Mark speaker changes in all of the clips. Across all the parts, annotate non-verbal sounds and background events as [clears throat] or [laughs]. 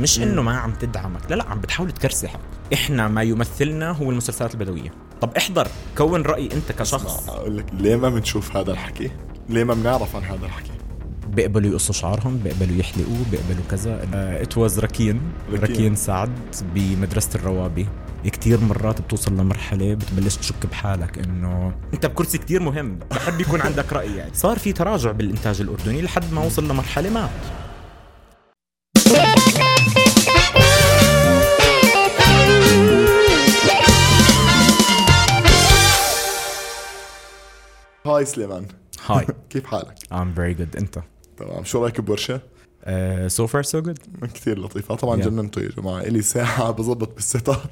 Speaker 1: مش انه ما عم تدعمك لا لا عم بتحاول تكرسحك احنا ما يمثلنا هو المسلسلات البدويه طب احضر كون راي انت كشخص
Speaker 2: اقول لك ليه ما بنشوف هذا الحكي؟ ليه ما بنعرف عن هذا الحكي؟
Speaker 1: بيقبلوا يقصوا شعرهم بيقبلوا يحلقوه بيقبلوا كذا ات واز ركين
Speaker 2: ركين.
Speaker 1: ركين سعد بمدرسه الروابي كتير مرات بتوصل لمرحلة بتبلش تشك بحالك انه انت بكرسي كتير مهم بحب يكون عندك رأي يعني صار في تراجع بالانتاج الاردني لحد ما وصل لمرحلة ما
Speaker 2: هاي سليمان
Speaker 1: هاي
Speaker 2: [laughs] كيف حالك؟
Speaker 1: I'm very good انت
Speaker 2: تمام شو رايك بورشه؟
Speaker 1: uh, so far so good
Speaker 2: كثير لطيفه طبعا
Speaker 1: Yeah.
Speaker 2: جننته يا جماعه الي ساعه بظبط بالسيت اب [laughs]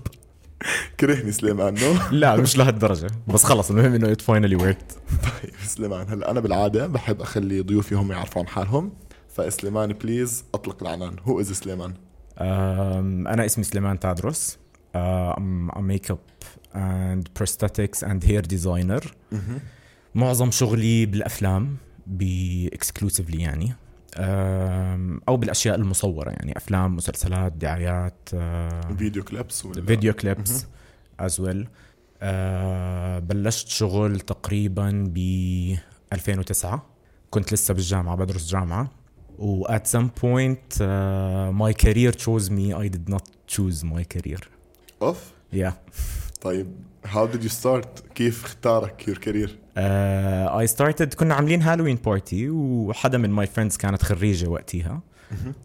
Speaker 2: كرهني سليمان نو [laughs]
Speaker 1: لا مش لهالدرجة بس خلص المهم انه it finally worked
Speaker 2: طيب سليمان هلا انا بالعاده بحب اخلي ضيوفي هم يعرفوا عن حالهم فسليمان بليز اطلق العنان هو از سليمان
Speaker 1: um, انا اسمي سليمان تادرس uh, I'm a makeup and prosthetics and hair designer معظم شغلي بالافلام باكسكلوسيفلي يعني أم، او بالاشياء المصوره يعني افلام مسلسلات دعايات أه،
Speaker 2: فيديو كليبس ولا
Speaker 1: فيديو كليبس از ويل بلشت شغل تقريبا ب 2009 كنت لسه بالجامعه بدرس جامعه و at some point uh, my career chose me I did not choose my career
Speaker 2: اوف
Speaker 1: yeah
Speaker 2: طيب هاو ديد يو ستارت كيف اختارك يور كارير
Speaker 1: اي ستارتد آه، كنا عاملين هالوين بارتي وحدا من ماي فريندز كانت خريجه وقتها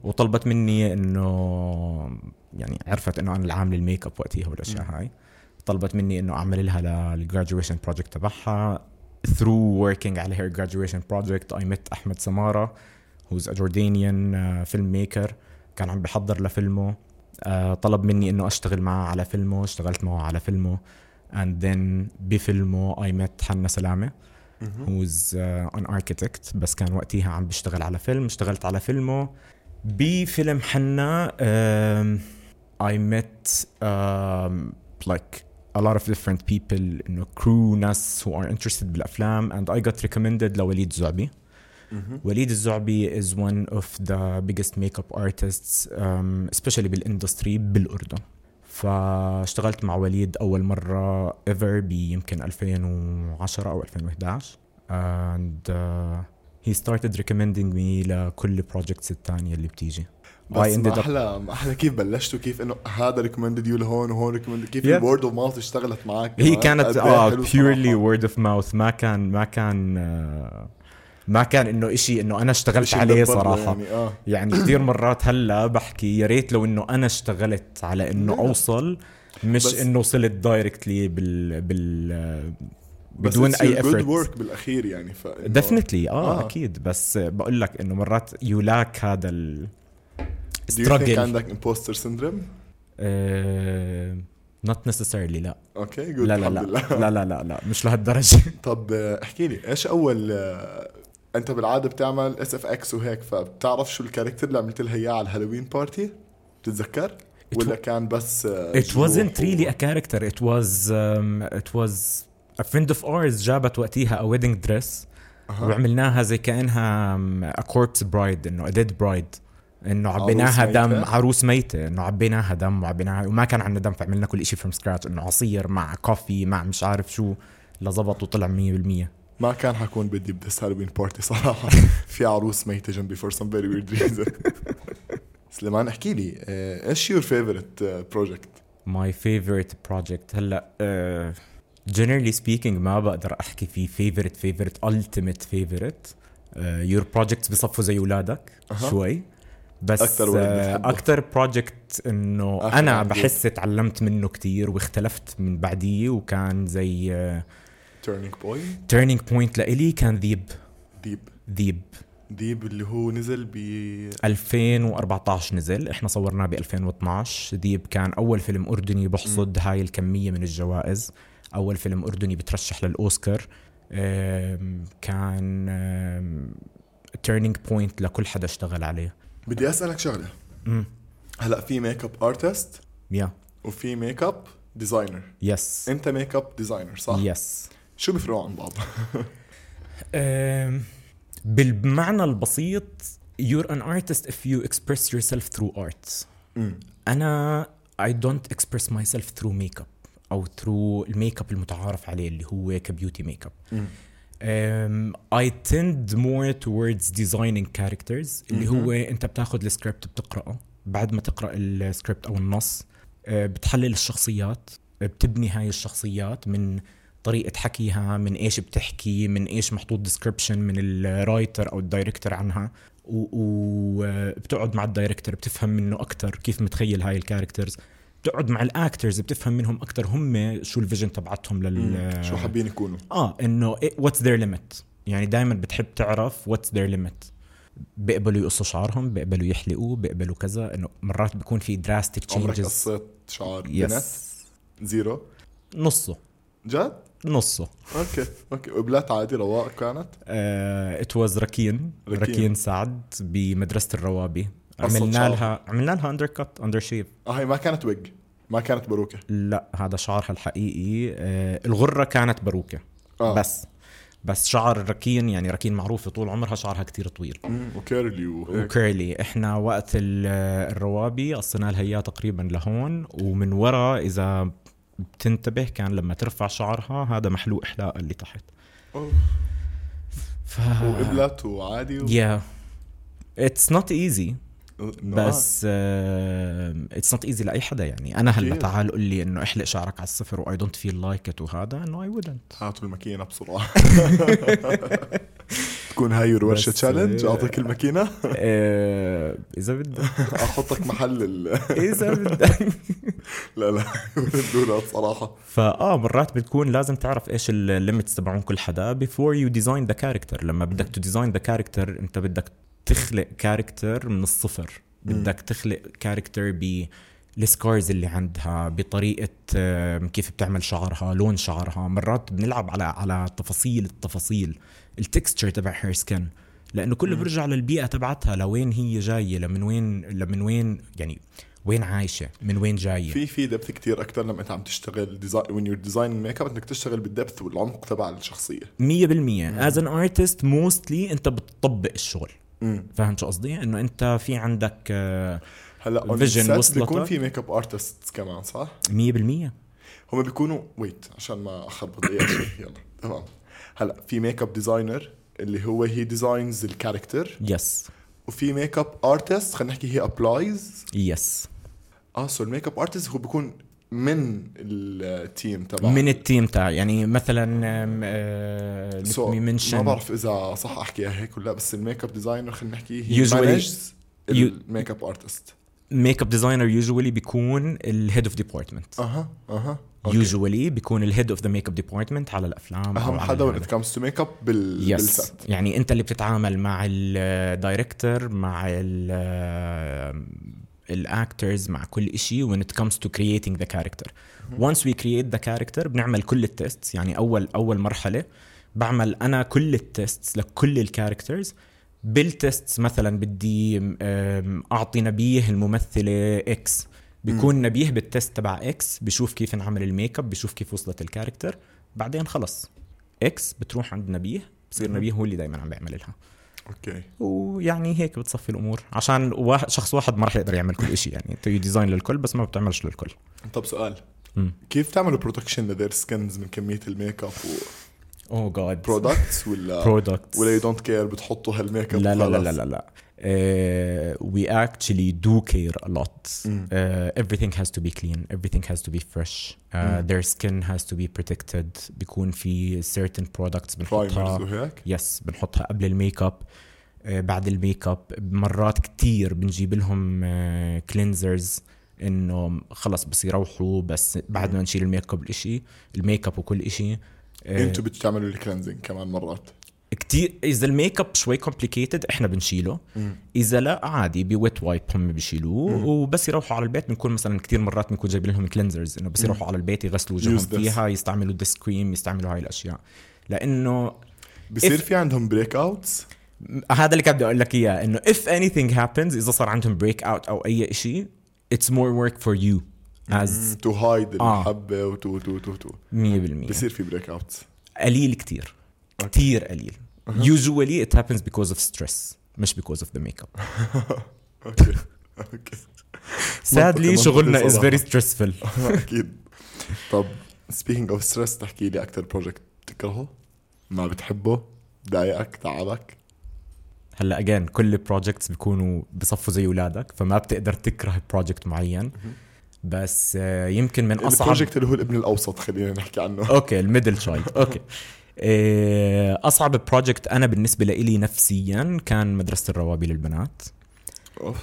Speaker 1: وطلبت مني انه يعني عرفت انه انا اللي عامل الميك اب وقتها والاشياء هاي طلبت مني انه اعمل لها للجراديويشن بروجكت تبعها through working على her graduation project I met أحمد سمارة who's a Jordanian فيلم ميكر كان عم بحضر لفيلمه آه، طلب مني انه اشتغل معه على فيلمه اشتغلت معه على فيلمه and then بفيلمه I met حنا سلامة who's uh, an architect بس كان وقتها عم بشتغل على فيلم اشتغلت على فيلمه بفيلم حنا آم، I met um, like a lot of different people انه crew ناس who are interested بالافلام and I got recommended لوليد زعبي وليد الزعبي is one of the biggest makeup artists um, especially بالاندستري بالاردن فاشتغلت مع وليد اول مره ever بيمكن 2010 او 2011 and uh, he started recommending me لكل projects الثانيه اللي بتيجي
Speaker 2: بس
Speaker 1: ended
Speaker 2: ما
Speaker 1: up-
Speaker 2: احلى ما احلى كيف بلشت وكيف انه هذا ريكومندد يو لهون وهون ريكومندد كيف
Speaker 1: Yeah.
Speaker 2: الورد اوف ماوث اشتغلت معك
Speaker 1: هي
Speaker 2: كمان؟
Speaker 1: كانت
Speaker 2: قد إيه
Speaker 1: اه
Speaker 2: حلو
Speaker 1: بيورلي
Speaker 2: صراحة.
Speaker 1: وورد اوف ماوث ما كان ما كان آه، ما كان انه إشي انه انا اشتغلت
Speaker 2: إشي
Speaker 1: عليه
Speaker 2: مدبر له
Speaker 1: صراحه
Speaker 2: يعني اه
Speaker 1: يعني كثير مرات هلا بحكي يا ريت لو انه انا اشتغلت على انه اوصل مش
Speaker 2: بس-
Speaker 1: انه وصلت دايركتلي بال بال
Speaker 2: بس
Speaker 1: بدون
Speaker 2: it's
Speaker 1: اي
Speaker 2: your good
Speaker 1: effort
Speaker 2: work بالاخير يعني ف
Speaker 1: ديفنتلي اه
Speaker 2: آه.
Speaker 1: اكيد بس بقول لك انه مرات يولاك هذا ال
Speaker 2: Do you think
Speaker 1: struggle
Speaker 2: عندك imposter syndrome؟
Speaker 1: آه، not necessarily لا
Speaker 2: اوكي جود
Speaker 1: لا لا
Speaker 2: الحمد
Speaker 1: لا
Speaker 2: لله
Speaker 1: لا لا لا لا مش
Speaker 2: [laughs]
Speaker 1: لهالدرجه
Speaker 2: طب آه، احكي لي ايش اول آه، انت بالعاده بتعمل اس اف اكس وهيك فبتعرف شو الكاركتر اللي عملت لها اياه على الهالوين بارتي؟ بتتذكر؟ ولا كان بس آه،
Speaker 1: [laughs] It
Speaker 2: جروح
Speaker 1: wasn't
Speaker 2: و-
Speaker 1: really a character. It was um, it was a friend of ours جابت وقتها a wedding dress
Speaker 2: أها.
Speaker 1: وعملناها زي كانها um, a corpse bride انه a dead bride انه عبيناها
Speaker 2: عروس
Speaker 1: دم
Speaker 2: ميتة؟
Speaker 1: عروس ميته انه عبيناها دم وعبيناها وما كان عندنا دم فعملنا كل شيء from scratch انه عصير مع كوفي مع مش عارف شو لزبط وطلع 100%
Speaker 2: ما كان حكون بدي بدس هالوين بارتي [laughs] صراحه في عروس ميته جنبي فور سم فيري ويرد ريزن سليمان احكي لي آه، ايش يور فيفورت بروجكت؟
Speaker 1: ماي فيفورت بروجكت هلا جنرالي سبيكينج آه، ما بقدر احكي في فيفورت فيفورت التيميت فيفورت يور بروجكتس آه، بصفوا زي اولادك
Speaker 2: أها.
Speaker 1: شوي بس آه،
Speaker 2: أكتر ولد بتحبه.
Speaker 1: اكثر بروجكت انه
Speaker 2: آخر
Speaker 1: انا
Speaker 2: عندي.
Speaker 1: بحس تعلمت منه كتير واختلفت من بعديه وكان زي
Speaker 2: تيرنينج بوينت
Speaker 1: تيرنينج بوينت لإلي كان ذيب
Speaker 2: ديب
Speaker 1: ذيب
Speaker 2: ديب اللي هو نزل ب
Speaker 1: 2014 نزل احنا صورناه ب 2012 ديب كان اول فيلم اردني بحصد هاي الكميه من الجوائز اول فيلم اردني بترشح للاوسكار أم، كان تيرنينج بوينت لكل حدا اشتغل عليه
Speaker 2: بدي اسالك شغله
Speaker 1: امم
Speaker 2: هلا في ميك اب ارتست
Speaker 1: يا
Speaker 2: وفي ميك اب ديزاينر
Speaker 1: يس
Speaker 2: انت ميك اب ديزاينر صح
Speaker 1: يس
Speaker 2: شو بيفرقوا عن بعض
Speaker 1: أم، بالمعنى البسيط you're an artist if you express yourself through art
Speaker 2: مم.
Speaker 1: انا اي دونت اكسبرس ماي سيلف ثرو ميك اب او ثرو الميك اب المتعارف عليه اللي هو كبيوتي ميك اب
Speaker 2: مم.
Speaker 1: Um, I tend more towards designing characters اللي هو انت بتاخذ السكريبت بتقراه بعد ما تقرا السكريبت او النص آه، بتحلل الشخصيات آه، بتبني هاي الشخصيات من طريقة حكيها من ايش بتحكي من ايش محطوط ديسكربشن من الرايتر او الدايركتور عنها وبتقعد مع الدايركتور بتفهم منه اكثر كيف متخيل هاي الكاركترز بتقعد مع الاكترز بتفهم منهم اكثر هم شو الفيجن تبعتهم لل
Speaker 2: شو حابين يكونوا
Speaker 1: اه انه واتس ذير ليميت يعني دائما بتحب تعرف واتس ذير ليميت بيقبلوا يقصوا شعرهم بيقبلوا يحلقوا بيقبلوا كذا انه مرات بيكون في دراستيك
Speaker 2: عمرك
Speaker 1: تشينجز
Speaker 2: قصيت شعر بنت
Speaker 1: يس
Speaker 2: زيرو
Speaker 1: نصه
Speaker 2: جد؟
Speaker 1: نصه
Speaker 2: اوكي اوكي قبلات عادي رواق كانت
Speaker 1: ات واز آه، ركين
Speaker 2: ركين.
Speaker 1: ركين سعد بمدرسه الروابي
Speaker 2: قصت
Speaker 1: عملنا
Speaker 2: شعرها.
Speaker 1: لها عملنا لها اندر كت اندر شيف
Speaker 2: اه هي ما كانت ويج ما كانت باروكه
Speaker 1: لا هذا شعرها الحقيقي آه، الغره كانت باروكه
Speaker 2: آه.
Speaker 1: بس بس شعر ركين يعني ركين معروفه طول عمرها شعرها كتير طويل
Speaker 2: مم، وكيرلي وهيك
Speaker 1: وكيرلي احنا وقت ال- الروابي قصينا لها اياه تقريبا لهون ومن ورا اذا بتنتبه كان لما ترفع شعرها هذا محلوق حلاقه اللي تحت
Speaker 2: أوه.
Speaker 1: ف
Speaker 2: وقبلت وعادي و...
Speaker 1: يا اتس نوت ايزي
Speaker 2: إنه آه.
Speaker 1: بس آه، اتس نوت ايزي لاي حدا يعني انا هلا
Speaker 2: أكيد.
Speaker 1: تعال قول لي انه احلق شعرك على الصفر واي دونت فيل لايك ات وهذا انه اي
Speaker 2: [laughs]
Speaker 1: ودنت
Speaker 2: هاتوا الماكينه بسرعه
Speaker 1: [laughs]
Speaker 2: تكون هاي الورشه
Speaker 1: بس-
Speaker 2: تشالنج اعطيك الماكينه
Speaker 1: اذا بدك [laughs]
Speaker 2: احطك محل ال...
Speaker 1: اذا بدك
Speaker 2: لا لا الدولات صراحه
Speaker 1: فاه مرات بتكون لازم تعرف ايش الليمتس تبعون كل حدا before you design the character لما بدك تو ديزاين ذا كاركتر انت بدك تخلق كاركتر من الصفر بدك تخلق كاركتر ب السكارز اللي عندها بطريقه آم، كيف بتعمل شعرها لون شعرها مرات بنلعب على على تفاصيل التفاصيل التكستشر تبع هير سكن لانه كله بيرجع للبيئه تبعتها لوين هي جايه لمن وين لمن وين يعني وين عايشه من وين جايه
Speaker 2: في في دبث كتير اكثر لما انت عم تشتغل ديزاين وين يور ديزاين ميك اب انك تشتغل بالدبث والعمق تبع الشخصيه
Speaker 1: مية بالمية as an artist mostly انت بتطبق الشغل
Speaker 2: مم.
Speaker 1: فاهم شو قصدي انه انت في عندك آه،
Speaker 2: هلا on
Speaker 1: Vision
Speaker 2: set
Speaker 1: وصلتك.
Speaker 2: بيكون في ميك اب ارتست كمان صح؟
Speaker 1: مية بالمية
Speaker 2: هم بيكونوا ويت عشان ما
Speaker 1: [coughs]
Speaker 2: اخربط اي شيء يلا تمام هلا في ميك اب ديزاينر اللي هو هي ديزاينز الكاركتر
Speaker 1: يس
Speaker 2: وفي ميك اب ارتست خلينا نحكي هي ابلايز
Speaker 1: يس
Speaker 2: اه سو الميك اب ارتست هو بيكون من التيم تبع
Speaker 1: من التيم تاعي يعني مثلا آم، آه، let
Speaker 2: سو
Speaker 1: me
Speaker 2: ما
Speaker 1: mention
Speaker 2: بعرف اذا صح احكيها هيك ولا بس الميك اب ديزاينر خلينا نحكي هي
Speaker 1: Usually-
Speaker 2: مانجز
Speaker 1: you-
Speaker 2: الميك اب ارتست
Speaker 1: ميك اب ديزاينر usually بيكون الهيد اوف ديبارتمنت
Speaker 2: اها اها أوكي.
Speaker 1: usually بيكون الهيد اوف ذا ميك اب ديبارتمنت على الافلام أو
Speaker 2: اهم
Speaker 1: على
Speaker 2: حدا
Speaker 1: هذا.
Speaker 2: when it comes to makeup بال
Speaker 1: يس
Speaker 2: بالست
Speaker 1: يعني انت اللي بتتعامل مع الدايركتور مع ال الاكترز مع كل شيء when it comes to creating the character once we create the character بنعمل كل التيست يعني اول اول مرحله بعمل انا كل التيست لكل الكاركترز بالتيست مثلا بدي أم، اعطي نبيه الممثله اكس بيكون نبيه بالتيست تبع اكس بشوف كيف انعمل الميك اب بشوف كيف وصلت الكاركتر بعدين خلص اكس بتروح عند نبيه بصير نبيه هو اللي دائما عم بيعمل لها
Speaker 2: اوكي
Speaker 1: ويعني هيك بتصفي الامور عشان واحد شخص واحد ما رح يقدر يعمل كل شيء يعني انت ديزاين للكل بس ما بتعملش للكل
Speaker 2: طب سؤال
Speaker 1: مم.
Speaker 2: كيف تعملوا بروتكشن لذير سكنز من كميه الميك اب
Speaker 1: اوه جاد
Speaker 2: وبرودكتس ولا
Speaker 1: برودكت
Speaker 2: ولا يو دونت كير بتحطوا هالميك اب
Speaker 1: لا لا لا لا لا لا Uh, وي اكشلي دو كير ا لوت
Speaker 2: مم.
Speaker 1: Uh, everything has to be clean everything has to be fresh uh,
Speaker 2: مم.
Speaker 1: their skin has to be protected بيكون في certain products بنحطها
Speaker 2: برايمرز وهيك
Speaker 1: يس بنحطها قبل الميك اب آه، بعد الميك اب مرات كتير بنجيب لهم كلينزرز انه خلص بس يروحوا بس بعد ما نشيل الميك اب الاشي الميك اب وكل اشي آه،
Speaker 2: انتوا بتعملوا الكلينزنج كمان مرات
Speaker 1: كتير اذا الميك اب شوي كومبليكيتد احنا بنشيله اذا لا عادي بويت وايب هم بيشيلوه وبس يروحوا على البيت بنكون مثلا كتير مرات بنكون جايبين لهم كلينزرز انه بس يروحوا على البيت يغسلوا وجههم
Speaker 2: Use this.
Speaker 1: فيها يستعملوا ديس كريم يستعملوا هاي الاشياء لانه
Speaker 2: بصير
Speaker 1: If-
Speaker 2: في عندهم بريك اوتس
Speaker 1: هذا اللي كان بدي اقول لك اياه انه if anything happens اذا صار عندهم break out او اي شيء it's more work for you as
Speaker 2: تو هايد
Speaker 1: آه.
Speaker 2: الحبه وتو تو تو تو
Speaker 1: 100%
Speaker 2: بصير في بريك [laughs] اوتس
Speaker 1: قليل كتير كتير قليل usually it happens because of stress مش because of the makeup
Speaker 2: [laughs] اوكي اوكي
Speaker 1: سادلي
Speaker 2: [laughs] منطقي
Speaker 1: شغلنا از
Speaker 2: صراحة.
Speaker 1: فيري ستريسفل
Speaker 2: اكيد طب سبيكينج اوف ستريس تحكي لي اكثر بروجكت بتكرهه ما بتحبه ضايقك تعبك
Speaker 1: هلا اجين كل البروجكتس بيكونوا بصفوا زي اولادك فما بتقدر تكره بروجكت معين بس آه، يمكن من اصعب
Speaker 2: البروجكت اللي هو الابن الاوسط خلينا نحكي
Speaker 1: [laughs]
Speaker 2: عنه
Speaker 1: اوكي الميدل
Speaker 2: [laughs]
Speaker 1: تشايلد اوكي آه، اصعب بروجكت انا بالنسبه لإلي نفسيا كان مدرسه الروابي للبنات
Speaker 2: أوف.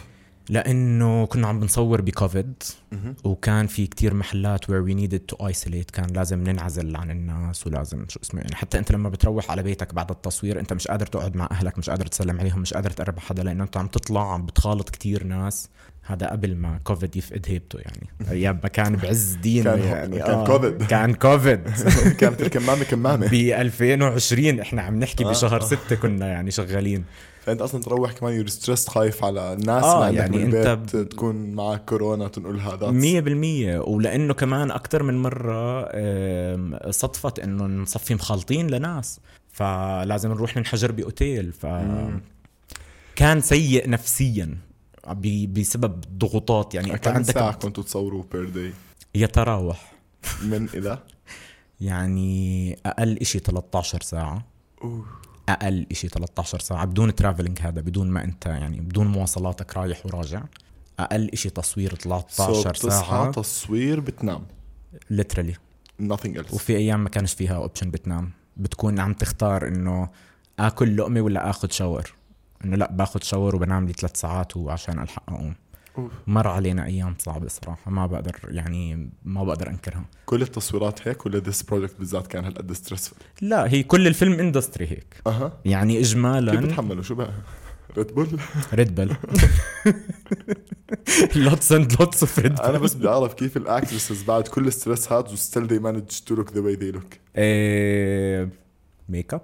Speaker 1: لانه كنا عم بنصور بكوفيد
Speaker 2: مهم.
Speaker 1: وكان في كتير محلات where we needed to isolate كان لازم ننعزل عن الناس ولازم شو اسمه يعني حتى انت لما بتروح على بيتك بعد التصوير انت مش قادر تقعد مع اهلك مش قادر تسلم عليهم مش قادر تقرب على حدا لانه انت عم تطلع عم بتخالط كتير ناس هذا قبل ما كوفيد يفقد هيبته يعني ايام ما كان بعز دينه
Speaker 2: كان-
Speaker 1: يعني
Speaker 2: كان كوفيد.
Speaker 1: كان كوفيد
Speaker 2: [laughs] كانت الكمامه كمامه
Speaker 1: ب 2020 احنا عم نحكي
Speaker 2: آه.
Speaker 1: بشهر 6 كنا يعني شغالين
Speaker 2: فانت اصلا تروح كمان يور ستريس خايف على الناس
Speaker 1: آه،
Speaker 2: اللي
Speaker 1: يعني
Speaker 2: عندك يعني بالبيت
Speaker 1: أنت
Speaker 2: انت تكون معك كورونا تنقل هذا
Speaker 1: مية بالمية ولأنه كمان أكتر من مرة أم، صدفت إنه نصفي مخالطين لناس فلازم نروح ننحجر بأوتيل ف كان سيء نفسيا ب- بسبب ضغوطات يعني أنت
Speaker 2: كم ساعه
Speaker 1: عندك
Speaker 2: كنتوا تصوروا بير داي
Speaker 1: يتراوح
Speaker 2: من
Speaker 1: [laughs]
Speaker 2: الى
Speaker 1: يعني أقل إشي 13 ساعة
Speaker 2: أوه.
Speaker 1: أقل إشي 13 ساعة بدون ترافلينج هذا بدون ما أنت يعني بدون مواصلاتك رايح وراجع أقل إشي تصوير 13
Speaker 2: So بتصحى
Speaker 1: ساعة
Speaker 2: تصوير بتنام
Speaker 1: ليترلي
Speaker 2: nothing else
Speaker 1: وفي ايام ما كانش فيها اوبشن بتنام بتكون عم تختار انه اكل لقمه ولا اخذ شاور انه لا باخذ شاور وبنام لي ثلاث ساعات وعشان الحق اقوم
Speaker 2: أوف.
Speaker 1: مر علينا ايام صعبه صراحه ما بقدر يعني ما بقدر انكرها
Speaker 2: كل التصويرات هيك ولا ذس بروجكت بالذات كان هالقد ستريسفul
Speaker 1: لا هي كل الفيلم اندستري هيك
Speaker 2: اها
Speaker 1: يعني
Speaker 2: كيف
Speaker 1: اجمالا
Speaker 2: بتحملوا شو بقى ريد [laughs] بول
Speaker 1: ريد [laughs] بل لوتس اند لوتس اوف ريد
Speaker 2: انا بس بدي اعرف كيف الاكترسز بعد كل الستريس هاد وستيل they manage to look the way they look
Speaker 1: Eh, ميك اب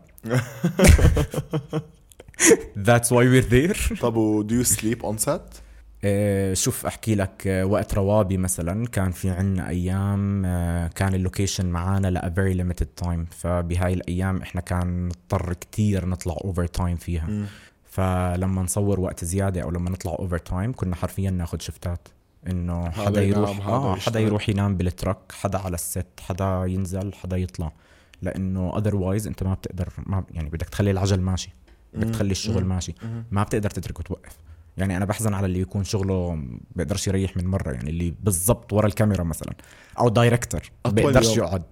Speaker 1: [laughs] That's why we're there
Speaker 2: طب و do you sleep on set؟
Speaker 1: آه، شوف احكي لك آه، وقت روابي مثلا كان في عنا ايام آه، كان اللوكيشن معانا لا فيري ليميتد تايم فبهاي الايام احنا كان نضطر كتير نطلع اوفر تايم فيها فلما نصور وقت زياده او لما نطلع اوفر تايم كنا حرفيا ناخذ شفتات انه حدا
Speaker 2: ينام،
Speaker 1: يروح
Speaker 2: هذا
Speaker 1: آه حدا
Speaker 2: يشتغل.
Speaker 1: يروح ينام بالترك حدا على الست حدا ينزل حدا يطلع لانه اذروايز انت ما بتقدر ما يعني بدك تخلي العجل ماشي بدك
Speaker 2: مم.
Speaker 1: تخلي الشغل
Speaker 2: مم.
Speaker 1: ماشي
Speaker 2: مم.
Speaker 1: ما بتقدر تتركه توقف يعني انا بحزن على اللي يكون شغله بيقدرش يريح من مره يعني اللي بالضبط ورا الكاميرا مثلا او دايركتر
Speaker 2: أطول
Speaker 1: بيقدرش
Speaker 2: يوم.
Speaker 1: يقعد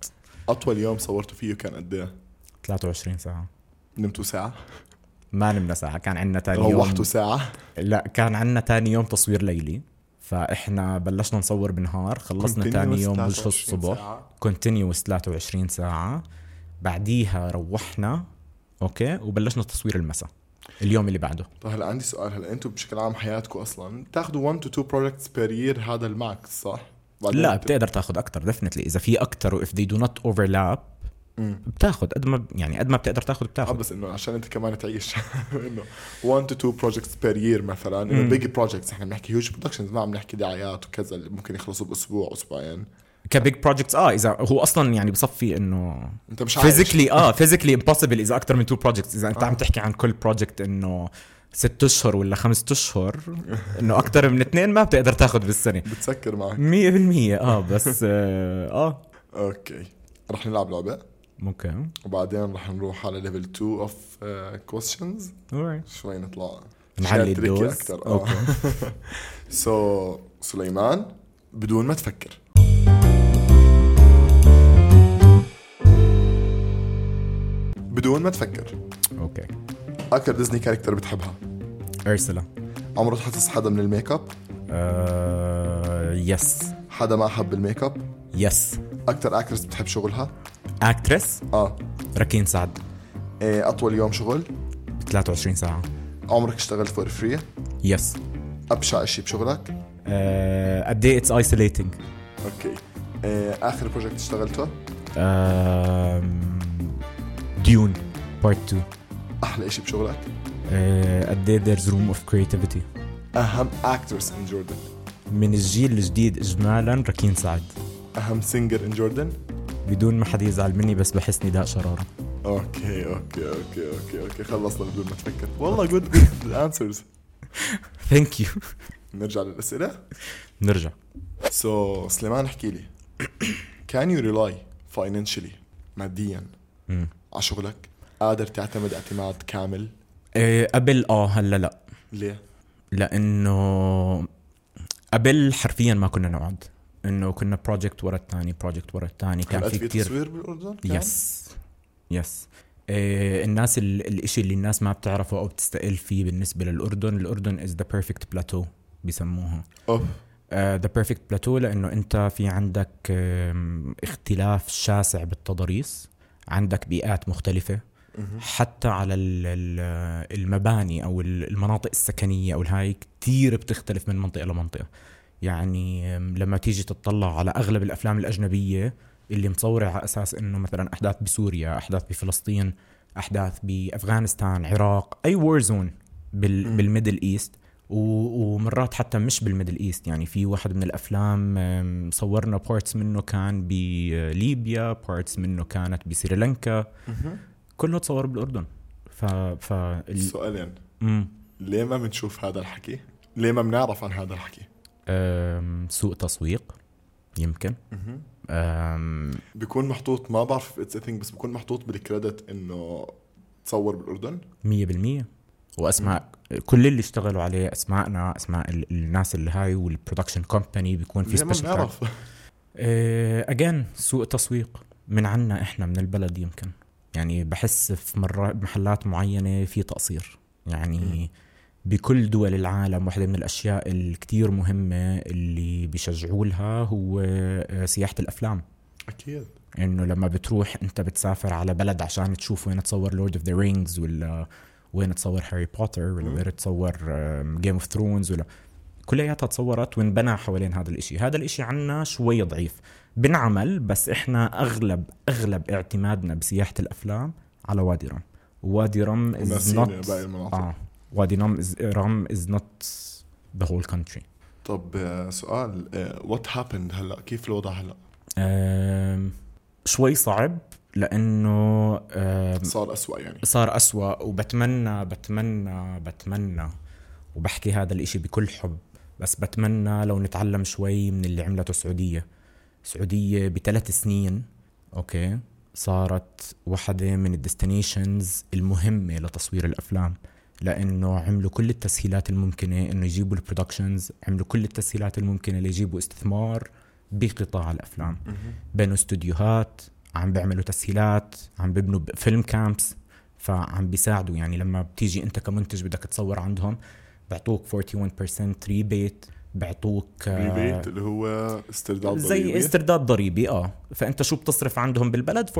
Speaker 2: اطول يوم صورتوا فيه كان قد ايه؟
Speaker 1: 23 ساعه
Speaker 2: نمتوا ساعه؟
Speaker 1: ما نمنا ساعه كان عندنا تاني يوم
Speaker 2: روحتوا ساعه؟
Speaker 1: لا كان عندنا تاني يوم تصوير ليلي فاحنا بلشنا نصور بالنهار خلصنا
Speaker 2: Continuous
Speaker 1: تاني يوم
Speaker 2: 23
Speaker 1: وجه الصبح
Speaker 2: ساعة.
Speaker 1: كونتينيوس 23 ساعه بعديها روحنا اوكي وبلشنا تصوير المساء اليوم اللي بعده
Speaker 2: طيب هلا عندي سؤال هلا انتم بشكل عام حياتكم اصلا بتاخذوا 1 تو 2 بروجكتس بير يير هذا الماكس صح؟ بعدين
Speaker 1: لا
Speaker 2: بت-
Speaker 1: بتقدر تاخذ اكثر ديفنتلي اذا في اكثر واف دي دو نوت اوفرلاب
Speaker 2: مم.
Speaker 1: بتاخذ قد ما يعني قد ما بتقدر تاخذ
Speaker 2: اه
Speaker 1: بتاخذ
Speaker 2: بس انه عشان انت كمان تعيش [laughs] انه 1 تو 2 بروجكتس بير يير مثلا
Speaker 1: مم.
Speaker 2: انه بيج بروجكتس احنا بنحكي هيوج برودكشنز ما عم نحكي دعايات وكذا اللي ممكن يخلصوا باسبوع اسبوعين
Speaker 1: كبيج بروجكتس اه اذا هو اصلا يعني بصفي انه
Speaker 2: انت مش آه. عايش
Speaker 1: فيزيكلي اه فيزيكلي امبوسيبل اذا اكثر من تو بروجكتس اذا انت عم تحكي عن كل بروجكت انه ست اشهر ولا خمسة اشهر انه اكثر من اثنين ما بتقدر تاخذ بالسنه
Speaker 2: بتسكر
Speaker 1: 100%
Speaker 2: معك
Speaker 1: اه بس اه, آه
Speaker 2: اوكي رح نلعب لعبه
Speaker 1: ممكن
Speaker 2: وبعدين رح نروح على ليفل 2 اوف كويستشنز
Speaker 1: Alright.
Speaker 2: آه، شوي نطلع
Speaker 1: نعلي
Speaker 2: شوي tricky
Speaker 1: الدوز.
Speaker 2: اكثر
Speaker 1: أوكي.
Speaker 2: اه [laughs] سو سليمان بدون ما تفكر بدون ما تفكر
Speaker 1: اوكي
Speaker 2: اكثر ديزني كاركتر بتحبها
Speaker 1: ارسلا
Speaker 2: عمرك حاسس حدا من الميك اب
Speaker 1: آه يس
Speaker 2: حدا ما حب الميك اب
Speaker 1: يس
Speaker 2: اكثر اكترس بتحب شغلها
Speaker 1: اكترس
Speaker 2: اه
Speaker 1: ركين سعد
Speaker 2: إيه، اطول يوم شغل
Speaker 1: 23 ساعه
Speaker 2: عمرك اشتغلت فور فري
Speaker 1: يس
Speaker 2: ابشع شيء بشغلك
Speaker 1: آه، قد ايه اتس ايسوليتنج
Speaker 2: اوكي إيه، اخر بروجكت اشتغلته
Speaker 1: ديون بارت 2
Speaker 2: احلى شيء بشغلك
Speaker 1: آه، قد ايه there's room of creativity
Speaker 2: اهم اكترس ان جوردن
Speaker 1: من الجيل الجديد اجمالا ركين سعد
Speaker 2: اهم سينجر ان جوردن
Speaker 1: بدون ما حد يزعل مني بس بحس نداء شراره
Speaker 2: اوكي اوكي اوكي اوكي اوكي خلصنا بدون ما تفكر والله جود جود انسرز
Speaker 1: ثانك يو
Speaker 2: نرجع للاسئله
Speaker 1: [laughs] نرجع
Speaker 2: سو so, سليمان احكي لي [clears throat] كان يو ريلاي فاينانشلي ماديا
Speaker 1: مم.
Speaker 2: على شغلك قادر تعتمد اعتماد كامل
Speaker 1: إيه قبل اه هلا لا
Speaker 2: ليه؟
Speaker 1: لانه قبل حرفيا ما كنا نقعد انه كنا بروجكت ورا الثاني بروجكت ورا الثاني كان
Speaker 2: هلقت
Speaker 1: في
Speaker 2: في
Speaker 1: كثير
Speaker 2: تصوير بالاردن؟ كان؟
Speaker 1: يس يس إيه الناس ال- الاشي اللي الناس ما بتعرفه او بتستقل فيه بالنسبه للاردن الاردن از ذا بيرفكت بلاتو بيسموها
Speaker 2: اوف
Speaker 1: ذا بيرفكت بلاتو لانه انت في عندك آم، اختلاف شاسع بالتضاريس عندك بيئات مختلفه
Speaker 2: مهم.
Speaker 1: حتى على ال- ال- المباني او ال- المناطق السكنيه او الهاي كتير بتختلف من منطقه لمنطقه يعني آم، لما تيجي تطلع على اغلب الافلام الاجنبيه اللي مصوره على اساس انه مثلا احداث بسوريا احداث بفلسطين احداث بافغانستان عراق اي وور زون بال
Speaker 2: مم.
Speaker 1: بالميدل ايست و- ومرات حتى مش بالميدل ايست يعني في واحد من الافلام آم، صورنا بارتس منه كان بليبيا بارتس منه كانت بسريلانكا كله تصور بالاردن ف ف ال...
Speaker 2: سؤالين
Speaker 1: مم.
Speaker 2: ليه ما بنشوف هذا الحكي؟ ليه ما بنعرف عن هذا الحكي؟
Speaker 1: أم، سوء تسويق يمكن أم...
Speaker 2: بيكون محطوط ما بعرف اتس ثينج بس بيكون محطوط بالكريدت انه تصور بالاردن
Speaker 1: مية بالمية واسماء كل اللي اشتغلوا عليه اسمائنا اسماء ال- الناس اللي هاي والبرودكشن كومباني بيكون في
Speaker 2: ليه ما
Speaker 1: سبيشال
Speaker 2: [laughs] بنعرف
Speaker 1: اجين آه، سوء تسويق من عنا احنا من البلد يمكن يعني بحس في مرات محلات معينه في تقصير يعني بكل دول العالم واحدة من الأشياء الكتير مهمة اللي بيشجعوا لها هو آه، سياحة الأفلام
Speaker 2: اكيد
Speaker 1: انه لما بتروح انت بتسافر على بلد عشان تشوف وين تصور لورد اوف ذا رينجز ولا وين تصور هاري بوتر ولا
Speaker 2: مم.
Speaker 1: وين تصور جيم اوف ثرونز ولا كلياتها تصورت وانبنى حوالين هذا الاشي هذا الاشي عنا شوي ضعيف بنعمل بس احنا اغلب اغلب اعتمادنا بسياحه الافلام على وادي رم وادي رم از
Speaker 2: وناسينا
Speaker 1: نوت
Speaker 2: باقي المناطق
Speaker 1: اه وادي رم از رم از نوت ذا هول كونتري
Speaker 2: طب آه، سؤال وات هابند هلا كيف الوضع هلا
Speaker 1: أم، شوي صعب لانه أم،
Speaker 2: صار أسوأ يعني
Speaker 1: صار أسوأ وبتمنى بتمنى بتمنى وبحكي هذا الإشي بكل حب بس بتمنى لو نتعلم شوي من اللي عملته السعودية السعودية بثلاث سنين أوكي صارت واحدة من الديستنيشنز المهمة لتصوير الأفلام لأنه عملوا كل التسهيلات الممكنة إنه يجيبوا البرودكشنز عملوا كل التسهيلات الممكنة ليجيبوا استثمار بقطاع الأفلام بنوا استوديوهات عم بيعملوا تسهيلات عم بيبنوا ب- فيلم كامبس فعم بيساعدوا يعني لما بتيجي انت كمنتج بدك تصور عندهم بعطوك 41% ريبيت بعطوك آه،
Speaker 2: ريبيت اللي هو استرداد
Speaker 1: زي
Speaker 2: ضريبي.
Speaker 1: استرداد ضريبي اه فانت شو بتصرف عندهم بالبلد 41%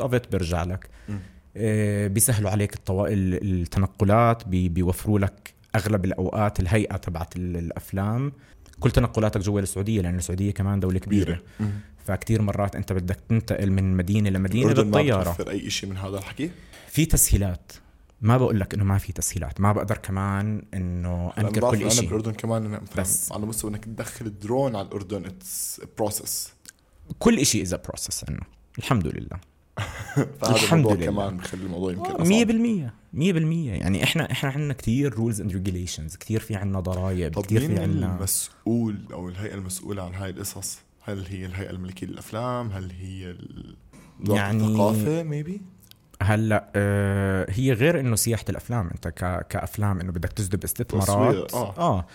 Speaker 1: اوف ات بيرجع لك
Speaker 2: مم.
Speaker 1: آه، بيسهلوا عليك الطوا... ال- التنقلات بي... بيوفروا لك اغلب الاوقات الهيئه تبعت ال- الافلام كل تنقلاتك جوا السعوديه لان السعوديه كمان دوله كبيره
Speaker 2: كبيره مهم.
Speaker 1: فكتير مرات انت بدك تنتقل من مدينه لمدينه
Speaker 2: الأردن ما
Speaker 1: بالطياره
Speaker 2: بتوفر اي شيء من هذا الحكي
Speaker 1: في تسهيلات ما بقول لك انه ما في تسهيلات ما بقدر كمان انه
Speaker 2: انا
Speaker 1: انكر
Speaker 2: بعرف
Speaker 1: كل
Speaker 2: انا
Speaker 1: شيء
Speaker 2: بالاردن كمان أنا مثلا
Speaker 1: بس.
Speaker 2: على مستوى انك تدخل درون على الاردن اتس بروسس
Speaker 1: كل شيء اذا بروسس انه الحمد لله آه،
Speaker 2: فهذا
Speaker 1: الحمد
Speaker 2: الموضوع
Speaker 1: لله.
Speaker 2: كمان بخلي الموضوع يمكن أصعب.
Speaker 1: 100% 100% يعني احنا احنا عندنا كثير رولز اند ريجوليشنز كثير في عندنا ضرائب
Speaker 2: طب
Speaker 1: كثير
Speaker 2: مين
Speaker 1: في عندنا
Speaker 2: المسؤول او الهيئه المسؤوله عن هاي القصص؟ هل هي الهيئه الملكيه للافلام؟ هل هي ال- وزارة
Speaker 1: يعني-
Speaker 2: الثقافه ميبي؟
Speaker 1: هلا آه هي غير انه سياحه الافلام انت ك كافلام انه بدك تجذب استثمارات
Speaker 2: تصوير، آه.
Speaker 1: اه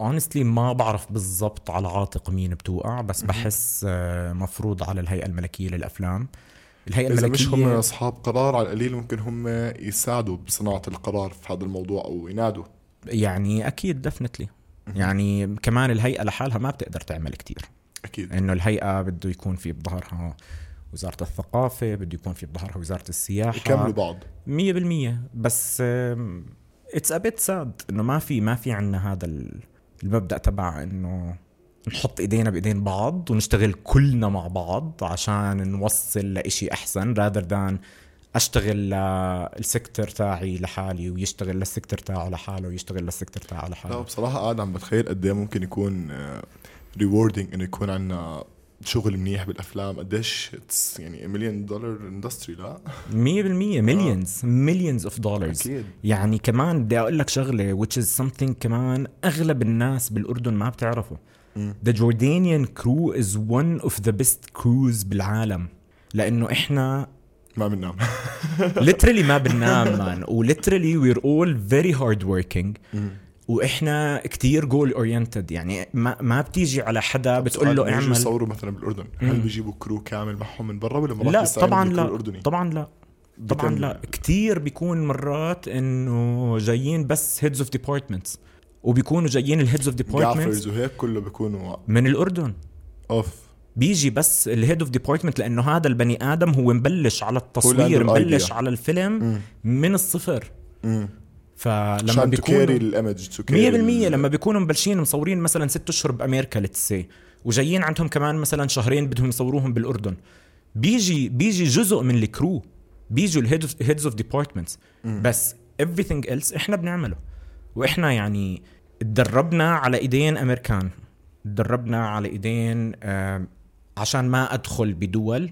Speaker 1: اونستلي ما بعرف بالضبط على عاتق مين بتوقع بس بحس آه مفروض على الهيئه الملكيه للافلام الهيئه
Speaker 2: اذا
Speaker 1: الملكيه
Speaker 2: مش هم اصحاب قرار على القليل ممكن هم يساعدوا بصناعه القرار في هذا الموضوع او ينادوا
Speaker 1: يعني اكيد دفنتلي يعني كمان الهيئه لحالها ما بتقدر تعمل كتير
Speaker 2: اكيد
Speaker 1: انه الهيئه بده يكون في بظهرها وزاره الثقافه بده يكون في بظهرها وزاره
Speaker 2: يكملوا
Speaker 1: السياحه
Speaker 2: بعض
Speaker 1: 100% بس اتس ا بيت ساد انه ما في ما في عندنا هذا ال- المبدا تبع انه نحط ايدينا بايدين بعض ونشتغل كلنا مع بعض عشان نوصل لإشي احسن rather than اشتغل للسكتر تاعي لحالي ويشتغل للسكتر تاعه لحاله ويشتغل للسكتر تاعه
Speaker 2: لا
Speaker 1: لحاله
Speaker 2: إيه بصراحه قاعد عم بتخيل قد ايه ممكن آه، يكون ريوردينج انه يكون عندنا شغل منيح بالافلام قديش it's يعني مليون دولار اندستري لا
Speaker 1: 100% مليونز مليونز اوف دولارز
Speaker 2: اكيد
Speaker 1: يعني كمان بدي اقول لك شغله which is something كمان اغلب الناس بالاردن ما بتعرفه
Speaker 2: مم.
Speaker 1: The Jordanian crew is one of the best crews بالعالم لانه احنا
Speaker 2: ما بننام
Speaker 1: literally ما بننام مان و literally we're all very hard working واحنا كتير جول اورينتد يعني ما ما بتيجي على حدا بتقول له
Speaker 2: بيجوا
Speaker 1: اعمل
Speaker 2: يصوروا مثلا بالاردن هل بيجيبوا كرو كامل معهم من برا ولا مرات
Speaker 1: لا
Speaker 2: بيستعينوا
Speaker 1: طبعا
Speaker 2: بالكرو
Speaker 1: لا
Speaker 2: الاردني
Speaker 1: طبعا لا طبعا
Speaker 2: بتم-
Speaker 1: لا كتير بيكون مرات انه جايين بس هيدز اوف ديبارتمنتس وبيكونوا جايين الهيدز اوف ديبارتمنتس
Speaker 2: جافرز وهيك كله بيكونوا
Speaker 1: من الاردن
Speaker 2: اوف
Speaker 1: بيجي بس الهيد اوف ديبارتمنت لانه هذا البني ادم هو مبلش على
Speaker 2: عنده
Speaker 1: التصوير مبلش
Speaker 2: الidea.
Speaker 1: على الفيلم
Speaker 2: مم.
Speaker 1: من الصفر
Speaker 2: امم
Speaker 1: فلما
Speaker 2: عشان تكاري
Speaker 1: بيكون
Speaker 2: الايمج تكاري
Speaker 1: 100% لما بيكونوا مبلشين مصورين مثلا ست اشهر بامريكا لتسي وجايين عندهم كمان مثلا شهرين بدهم يصوروهم بالاردن بيجي بيجي جزء من الكرو بيجوا الهيدز اوف ديبارتمنتس بس everything else احنا بنعمله واحنا يعني تدربنا على ايدين امريكان تدربنا على ايدين آم، عشان ما ادخل بدول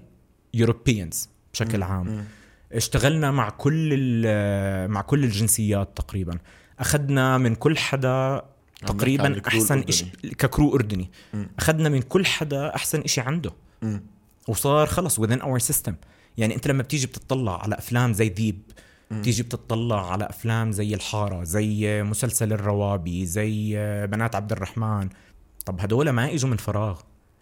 Speaker 1: يوروبيانز بشكل عام اشتغلنا مع كل ال- مع كل الجنسيات تقريبا اخذنا من كل حدا
Speaker 2: عن
Speaker 1: تقريبا
Speaker 2: الكرو
Speaker 1: احسن
Speaker 2: الأردني.
Speaker 1: شيء ككرو اردني اخذنا من كل حدا احسن شيء عنده
Speaker 2: مم.
Speaker 1: وصار خلص within our system يعني انت لما بتيجي بتطلع على افلام زي ذيب بتيجي بتطلع على افلام زي الحاره زي مسلسل الروابي زي بنات عبد الرحمن طب هدول ما اجوا من فراغ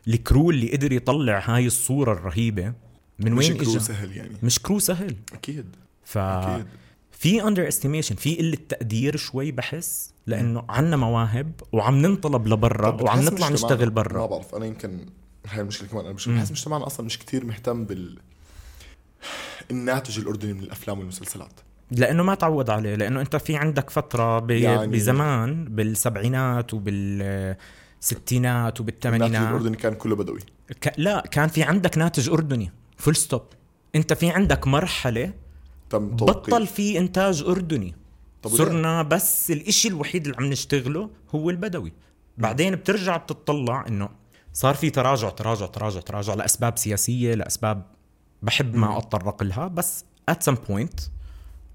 Speaker 1: الكرو اللي قدر يطلع هاي الصوره الرهيبه من
Speaker 2: مش
Speaker 1: وين
Speaker 2: كرو
Speaker 1: اجى
Speaker 2: سهل يعني
Speaker 1: مش كرو سهل
Speaker 2: اكيد
Speaker 1: ف
Speaker 2: اكيد
Speaker 1: في اندر استيميشن في قله تقدير شوي بحس لانه عنا مواهب وعم ننطلب لبرا
Speaker 2: طب
Speaker 1: وعم
Speaker 2: بتحس
Speaker 1: نطلع
Speaker 2: مجتمعنا-
Speaker 1: نشتغل
Speaker 2: ما
Speaker 1: برا
Speaker 2: بعرف انا يمكن هاي المشكله كمان انا مش
Speaker 1: مم.
Speaker 2: بحس مجتمعنا اصلا مش كتير مهتم بال الناتج الاردني من الافلام والمسلسلات
Speaker 1: يعني لانه ما تعود عليه لانه انت في عندك فتره ب... يعني
Speaker 2: يعني-
Speaker 1: بزمان بالسبعينات وبالستينات
Speaker 2: الناتج
Speaker 1: وبالثمانينات
Speaker 2: الاردني كان كله بدوي
Speaker 1: ك... لا كان في عندك ناتج اردني فول ستوب انت في عندك مرحله
Speaker 2: تم توقيت
Speaker 1: بطل في انتاج اردني
Speaker 2: طب وليه؟
Speaker 1: صرنا بس الاشي الوحيد اللي عم نشتغله هو البدوي بعدين بترجع بتطلع انه صار في تراجع تراجع تراجع تراجع لاسباب سياسيه لاسباب بحب ما اتطرق لها بس ات سم بوينت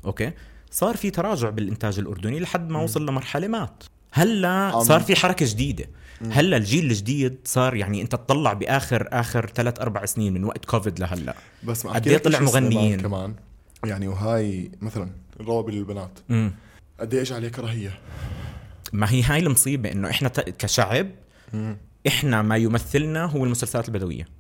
Speaker 1: اوكي صار في تراجع بالانتاج الاردني لحد ما وصل لمرحله مات هلا
Speaker 2: أم.
Speaker 1: صار في حركه جديده هلا الجيل الجديد صار يعني انت تطلع باخر اخر ثلاث اربع سنين من وقت كوفيد لهلا
Speaker 2: بس ما
Speaker 1: قد
Speaker 2: أحكي
Speaker 1: إيه
Speaker 2: لك
Speaker 1: طلع
Speaker 2: إيش السينما
Speaker 1: مغنيين؟
Speaker 2: كمان يعني وهاي مثلا الروابي للبنات
Speaker 1: امم
Speaker 2: قد ايش عليه كراهيه
Speaker 1: ما هي هاي المصيبه انه احنا ت- كشعب احنا ما يمثلنا هو المسلسلات البدويه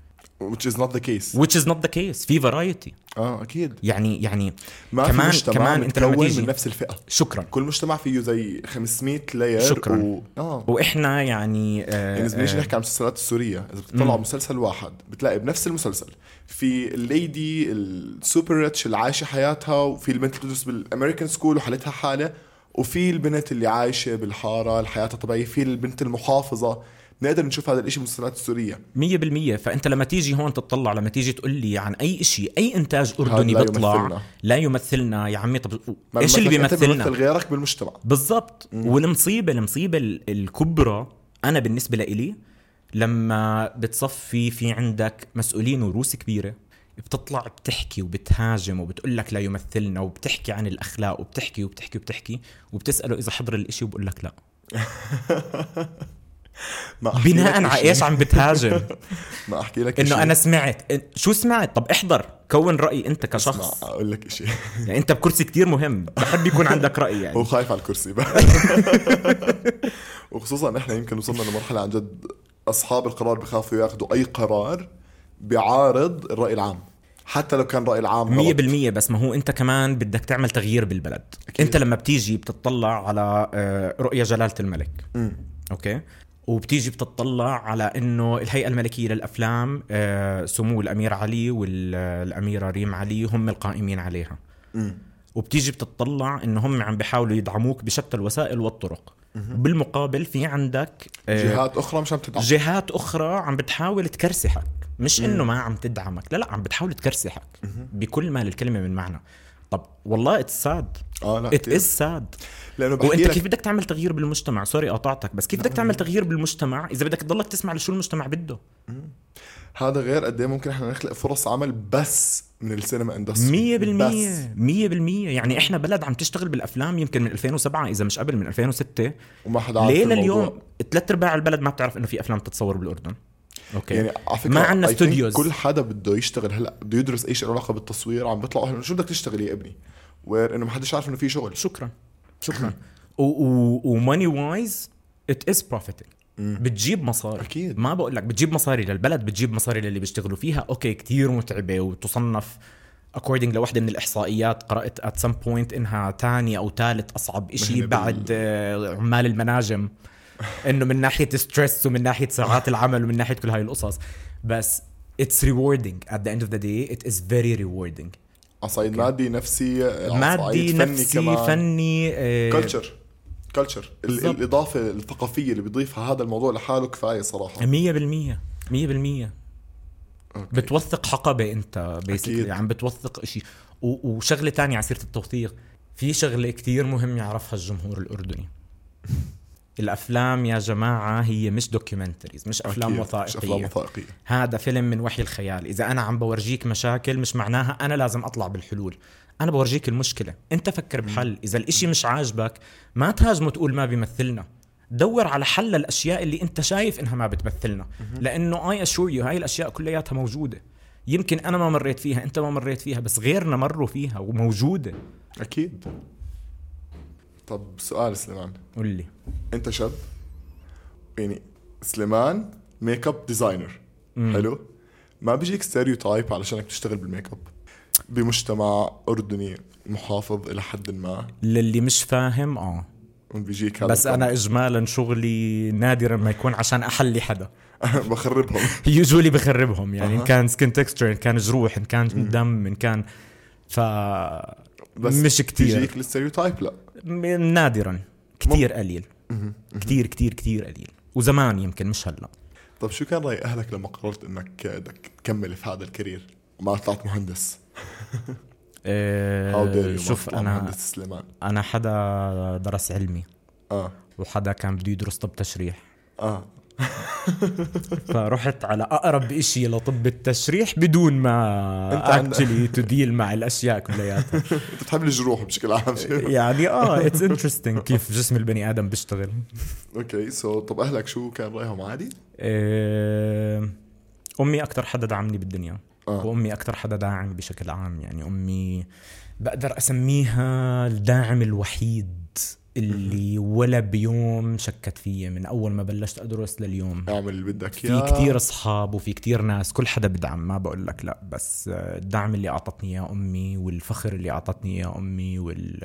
Speaker 2: which is not the case
Speaker 1: which is not the case في فرايتي
Speaker 2: اه اكيد
Speaker 1: يعني يعني
Speaker 2: ما
Speaker 1: كمان-
Speaker 2: في مجتمع
Speaker 1: كمان
Speaker 2: كمان
Speaker 1: أنت لما تيجي-
Speaker 2: من نفس الفئه
Speaker 1: شكرا
Speaker 2: كل مجتمع فيه زي 500 لاير
Speaker 1: شكراً.
Speaker 2: و... اه
Speaker 1: واحنا يعني آه
Speaker 2: يعني اذا بنيجي
Speaker 1: آه
Speaker 2: نحكي عن المسلسلات السوريه اذا بتطلع مسلسل واحد بتلاقي بنفس المسلسل في الليدي السوبر ريتش اللي عايشه حياتها وفي البنت اللي بتدرس بالامريكان سكول وحالتها حاله وفي البنت اللي عايشه بالحاره اللي حياتها طبيعيه في البنت المحافظه نقدر نشوف هذا الشيء بالمسلسلات السوريه
Speaker 1: مية بالمية فأنت لما تيجي هون تطلع لما تيجي تقول لي عن أي شيء أي إنتاج أردني
Speaker 2: لا
Speaker 1: بيطلع
Speaker 2: يمثلنا.
Speaker 1: لا يمثلنا يا عمي طب
Speaker 2: ما
Speaker 1: إيش اللي
Speaker 2: بيمثلك، أنت
Speaker 1: بيمثلنا
Speaker 2: بيمثل غيرك بالمجتمع
Speaker 1: بالضبط والمصيبه المصيبه ال- الكبرى انا بالنسبه لإلي لما بتصفي في عندك مسؤولين وروس كبيره بتطلع بتحكي وبتهاجم وبتقول لك لا يمثلنا وبتحكي عن الاخلاق وبتحكي وبتحكي وبتحكي وبتساله اذا حضر الإشي وبقول لك لا
Speaker 2: ما أحكي لك
Speaker 1: بناء على
Speaker 2: [laughs] إشي.
Speaker 1: ايش عم بتهاجم
Speaker 2: ما احكي لك
Speaker 1: انه
Speaker 2: إشي.
Speaker 1: انا سمعت إن- شو سمعت طب احضر كون راي انت
Speaker 2: اسمع
Speaker 1: كشخص
Speaker 2: اقول لك شيء
Speaker 1: يعني انت بكرسي كتير مهم بحب يكون عندك راي
Speaker 2: هو
Speaker 1: يعني
Speaker 2: خايف على الكرسي [laughs] وخصوصا احنا يمكن وصلنا لمرحله عن جد اصحاب القرار بخافوا ياخذوا اي قرار بيعارض الراي العام حتى لو كان الراي العام
Speaker 1: مية
Speaker 2: غلط
Speaker 1: بالمية بس ما هو انت كمان بدك تعمل تغيير بالبلد أكيد.
Speaker 2: أكيد.
Speaker 1: انت لما بتيجي بتطلع على آه، رؤية جلالة الملك
Speaker 2: مم.
Speaker 1: اوكي وبتيجي بتطلع على انه الهيئة الملكية للافلام آه، سمو الامير علي والاميرة ريم علي هم القائمين عليها
Speaker 2: مم.
Speaker 1: وبتيجي بتطلع انه هم عم بيحاولوا يدعموك بشتى الوسائل والطرق بالمقابل في عندك آه،
Speaker 2: جهات اخرى مش عم تدعم
Speaker 1: جهات اخرى عم بتحاول تكرسحك مش انه ما عم تدعمك لا لا عم بتحاول تكرسحك بكل ما للكلمه من معنى طب والله اتس ساد
Speaker 2: اه لا
Speaker 1: ات
Speaker 2: كتير.
Speaker 1: از ساد
Speaker 2: لانه بحكي
Speaker 1: وانت
Speaker 2: لك
Speaker 1: كيف بدك تعمل تغيير بالمجتمع سوري قاطعتك بس كيف بدك تعمل تغيير بالمجتمع اذا بدك تضلك تسمع لشو المجتمع بده
Speaker 2: هذا غير قد ايه ممكن احنا نخلق فرص عمل بس من السينما اندستري
Speaker 1: مية
Speaker 2: بس
Speaker 1: بالمية مية بالمية يعني احنا بلد عم تشتغل بالافلام يمكن من 2007 اذا مش قبل من 2006
Speaker 2: وما حدا عارف
Speaker 1: ليه
Speaker 2: الموضوع.
Speaker 1: لليوم ثلاث ارباع البلد ما بتعرف انه في افلام تتصور بالاردن اوكي
Speaker 2: يعني على فكره
Speaker 1: ما عنا
Speaker 2: I think
Speaker 1: studios.
Speaker 2: كل حدا بده يشتغل هلا بده يدرس اي شيء له علاقه بالتصوير عم بيطلعوا اهله شو بدك تشتغل يا ابني؟ وير انه ما حدش عارف انه في شغل
Speaker 1: شكرا شكرا وماني وايز ات از بروفيتنج بتجيب مصاري
Speaker 2: أكيد.
Speaker 1: ما بقول لك بتجيب مصاري للبلد بتجيب مصاري للي بيشتغلوا فيها اوكي كتير متعبه وتصنف اكوردنج لوحده من الاحصائيات قرات ات سم بوينت انها ثاني او ثالث اصعب إشي
Speaker 2: مهنة
Speaker 1: بعد آه، عمال
Speaker 2: [laughs]
Speaker 1: المناجم انه من ناحيه ستريس ومن ناحيه ساعات العمل ومن ناحيه كل هاي القصص بس اتس ريوردينج ات ذا اند اوف ذا داي ات از فيري ريوردينج
Speaker 2: على صعيد مادي نفسي على
Speaker 1: مادي
Speaker 2: آه، صعيد فني
Speaker 1: نفسي
Speaker 2: كمان.
Speaker 1: فني آه،
Speaker 2: كلتشر كلتشر
Speaker 1: بالضبط.
Speaker 2: الاضافه الثقافيه اللي بيضيفها هذا الموضوع لحاله كفايه صراحه
Speaker 1: مية بالمية مية بالمية
Speaker 2: أوكي.
Speaker 1: بتوثق حقبة انت
Speaker 2: أكيد.
Speaker 1: بيسكلي عم بتوثق اشي و- وشغلة تانية على سيرة التوثيق في شغلة كتير مهم يعرفها الجمهور
Speaker 2: [laughs]
Speaker 1: الأردني الأفلام يا جماعة هي مش دوكيومنتريز مش أفلام
Speaker 2: أكيد. مش
Speaker 1: وثائقية
Speaker 2: افلام وثائقيه
Speaker 1: هذا فيلم من وحي الخيال إذا أنا عم بورجيك مشاكل مش معناها أنا لازم أطلع بالحلول أنا بورجيك المشكلة أنت فكر بحل إذا الإشي مش عاجبك ما تهاجمه تقول ما بيمثلنا دور على حل الأشياء اللي أنت شايف إنها ما بتمثلنا لأنه أي أشور يو هاي الأشياء كلياتها موجودة يمكن أنا ما مريت فيها أنت ما مريت فيها بس غيرنا مروا فيها وموجودة
Speaker 2: اكيد طب سؤال سليمان
Speaker 1: قول لي
Speaker 2: انت شاب يعني سليمان ميك اب ديزاينر حلو ما بيجيك ستيريوتايب علشانك تشتغل بالميك اب بمجتمع اردني محافظ الى حد ما
Speaker 1: للي مش فاهم آه
Speaker 2: بيجيك هذا
Speaker 1: بس أنا إجمالا شغلي نادرا ما يكون عشان أحلي حدا
Speaker 2: الكلام. [laughs] بخربهم
Speaker 1: يوجولي بخربهم يعني ان
Speaker 2: أها.
Speaker 1: كان سكن تكستشر ان كان جروح ان كان دم ان كان ف مش كتير
Speaker 2: بيجيك الستيريوتايب لا
Speaker 1: م- نادرا كتير قليل كتير كتير كتير قليل وزمان يمكن مش هلا
Speaker 2: طب طيب، شو كان راي اهلك لما قررت انك بدك تكمل في هذا الكارير ما طلعت مهندس هاو
Speaker 1: أه
Speaker 2: دير
Speaker 1: شوف انا
Speaker 2: مهندس سليمان
Speaker 1: انا حدا درس علمي
Speaker 2: اه
Speaker 1: وحدا كان بده يدرس طب تشريح
Speaker 2: اه
Speaker 1: فرحت على اقرب إشي لطب التشريح بدون
Speaker 2: أنت
Speaker 1: ما
Speaker 2: عندك-
Speaker 1: اكشلي تديل مع الاشياء
Speaker 2: [laughs]
Speaker 1: كلياتها
Speaker 2: انت بتحب الجروح
Speaker 1: [laughs]
Speaker 2: بشكل عام [laughs]
Speaker 1: يعني اه اتس انترستنج كيف جسم البني ادم بيشتغل
Speaker 2: اوكي سو طب اهلك شو كان رايهم عادي؟
Speaker 1: آه، امي اكثر حدا دعمني بالدنيا
Speaker 2: اه
Speaker 1: وامي اكثر حدا داعم بشكل عام يعني امي بقدر اسميها الداعم الوحيد اللي ولا بيوم شكت فيي من اول ما بلشت ادرس لليوم
Speaker 2: اعمل اللي بدك
Speaker 1: في
Speaker 2: اياه
Speaker 1: كتير اصحاب وفي كتير ناس كل حدا بدعم ما بقول لك لا بس آه، الدعم اللي اعطتني اياه امي والفخر اللي اعطتني اياه امي وال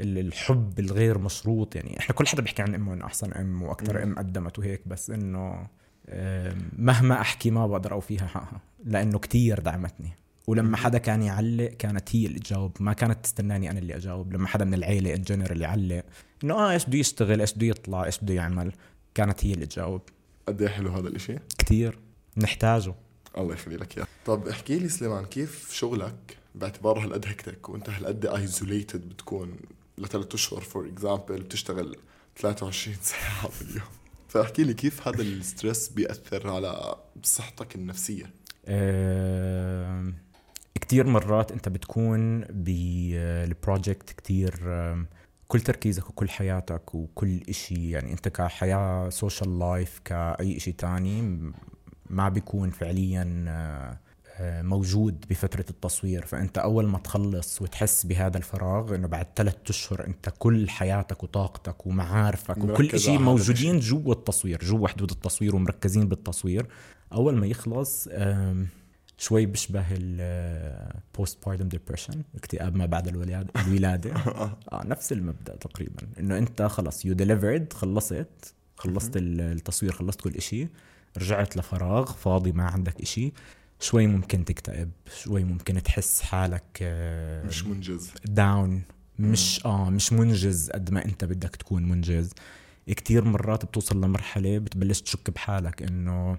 Speaker 1: ال- الحب الغير مشروط يعني احنا كل حدا بيحكي عن امه انه احسن ام واكثر ام قدمت وهيك بس انه آه، مهما احكي ما بقدر اوفيها حقها لانه كتير دعمتني ولما حدا كان يعلق كانت هي اللي تجاوب ما كانت تستناني انا اللي اجاوب لما حدا من العيله ان جنرال يعلق انه اه ايش بده يشتغل ايش بده يطلع ايش بده يعمل كانت هي اللي تجاوب
Speaker 2: قد ايه حلو هذا الاشي
Speaker 1: كتير نحتاجه
Speaker 2: الله يخلي لك اياه طب احكي لي سليمان كيف شغلك باعتبار هالقد هكتك وانت هالقد ايزوليتد بتكون لثلاث اشهر فور اكزامبل بتشتغل 23 ساعه باليوم فاحكي لي كيف هذا الستريس بياثر على صحتك [laughs] النفسيه
Speaker 1: آم، كتير مرات انت بتكون بالبروجكت كتير آم، كل تركيزك وكل حياتك وكل اشي يعني انت كحياة سوشيال لايف كأي اشي تاني م- ما بيكون فعليا آه، آه، موجود بفترة التصوير فانت اول ما تخلص وتحس بهذا الفراغ انه بعد ثلاثة اشهر انت كل حياتك وطاقتك ومعارفك وكل
Speaker 2: مركز على
Speaker 1: اشي
Speaker 2: هذا
Speaker 1: موجودين جوا التصوير جوا حدود التصوير ومركزين بالتصوير اول ما يخلص آم، شوي بشبه البوست بارتم ديبرشن اكتئاب ما بعد الولاده الولاده اه نفس المبدا تقريبا انه انت خلص يو ديليفرد خلصت خلصت ال- التصوير خلصت كل شيء رجعت لفراغ فاضي ما عندك شيء شوي ممكن تكتئب شوي ممكن تحس حالك
Speaker 2: مش منجز
Speaker 1: داون مش اه مش منجز قد ما انت بدك تكون منجز كتير مرات بتوصل لمرحله بتبلش تشك بحالك انه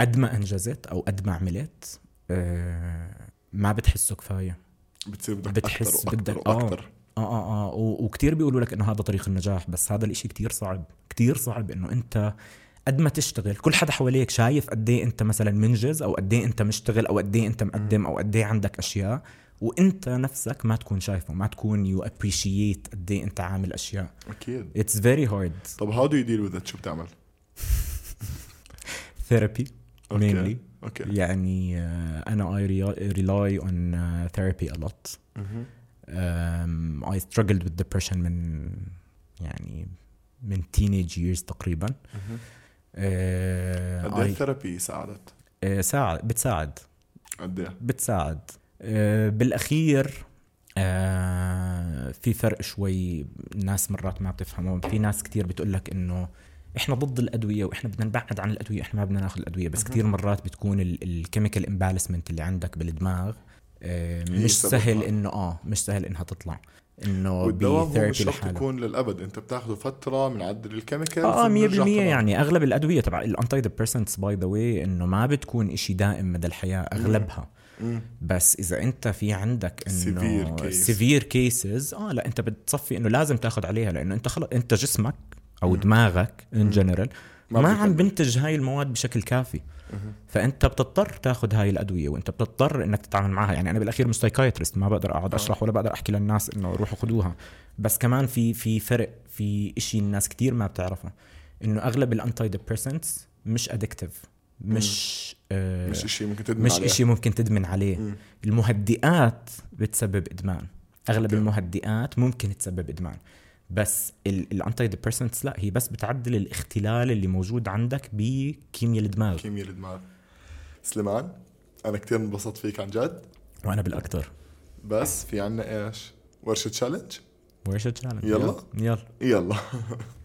Speaker 1: قد ما انجزت او قد ما عملت آه ما بتحسه كفايه
Speaker 2: بتصير بدك آه.
Speaker 1: بتحس
Speaker 2: اكثر
Speaker 1: بدك-
Speaker 2: واكثر واكثر
Speaker 1: اه اه اه و- وكتير بيقولوا لك انه هذا طريق النجاح بس هذا الاشي كتير صعب كتير صعب انه انت قد ما تشتغل كل حدا حواليك شايف قد ايه انت مثلا منجز او قد ايه انت مشتغل او قد ايه انت مقدم او قد ايه عندك اشياء وانت نفسك ما تكون شايفه ما تكون يو ابريشيت قد ايه انت عامل اشياء
Speaker 2: اكيد
Speaker 1: اتس فيري هارد [laughs]
Speaker 2: طب هاو دو يو ديل وذ شو بتعمل؟
Speaker 1: ثيرابي
Speaker 2: أوكي.
Speaker 1: mainly
Speaker 2: اوكي
Speaker 1: يعني آه، انا اي ريلاي اون ثيرابي ا لوت
Speaker 2: مهم.
Speaker 1: um, I struggled with depression من يعني من teenage years تقريبا
Speaker 2: مهم.
Speaker 1: uh,
Speaker 2: قد ايه الثيرابي ساعدت؟
Speaker 1: uh, ساعد بتساعد
Speaker 2: قد ايه؟
Speaker 1: بتساعد uh, بالأخير uh, في فرق شوي الناس مرات ما بتفهمه في ناس كتير بتقول لك إنه احنا ضد الادويه واحنا بدنا نبعد عن الادويه احنا ما بدنا ناخذ الادويه بس
Speaker 2: مهم.
Speaker 1: كثير مرات بتكون الكيميكال امبالسمنت اللي عندك بالدماغ آه، مش
Speaker 2: هي السبب.
Speaker 1: سهل انه اه مش سهل انها تطلع انه
Speaker 2: والدواء هو مش
Speaker 1: بثيرابي
Speaker 2: شرط
Speaker 1: لحاله
Speaker 2: يكون للابد انت بتاخده فتره بنعدل الكيميكال
Speaker 1: اه
Speaker 2: ثم
Speaker 1: 100%
Speaker 2: بنرجع طبعاً.
Speaker 1: يعني اغلب الادويه تبع الانتي ديبرسنتس باي ذا واي انه ما بتكون إشي دائم مدى الحياه اغلبها
Speaker 2: مم.
Speaker 1: بس اذا انت في عندك انه
Speaker 2: Severe case.
Speaker 1: سيفير كيسز اه لا انت بتصفي انه لازم تاخذ عليها لانه انت خلص انت جسمك او دماغك ان جنرال
Speaker 2: ما
Speaker 1: ما, عم
Speaker 2: بيقدر.
Speaker 1: بنتج هاي المواد بشكل كافي فانت بتضطر تاخذ هاي الادويه وانت بتضطر انك تتعامل معها يعني انا بالاخير مش سايكايترست ما بقدر
Speaker 2: آه.
Speaker 1: اقعد اشرح ولا بقدر احكي للناس انه روحوا خذوها بس كمان في في فرق في إشي الناس كتير ما بتعرفه انه اغلب الانتي ديبرسنتس مش ادكتيف مش آه
Speaker 2: مش شيء ممكن تدمن
Speaker 1: مش
Speaker 2: عليه.
Speaker 1: إشي ممكن تدمن عليه
Speaker 2: مم.
Speaker 1: المهدئات بتسبب ادمان اغلب
Speaker 2: أوكي.
Speaker 1: المهدئات ممكن تسبب ادمان بس الانتي ديبرسنتس لا هي بس بتعدل الاختلال اللي موجود عندك بكيمياء الدماغ
Speaker 2: كيمياء الدماغ سليمان انا كتير انبسطت فيك عن جد
Speaker 1: وانا بالاكثر
Speaker 2: بس في عنا ايش ورشه تشالنج
Speaker 1: ورشه تشالنج
Speaker 2: يلا.
Speaker 1: يلا
Speaker 2: يلا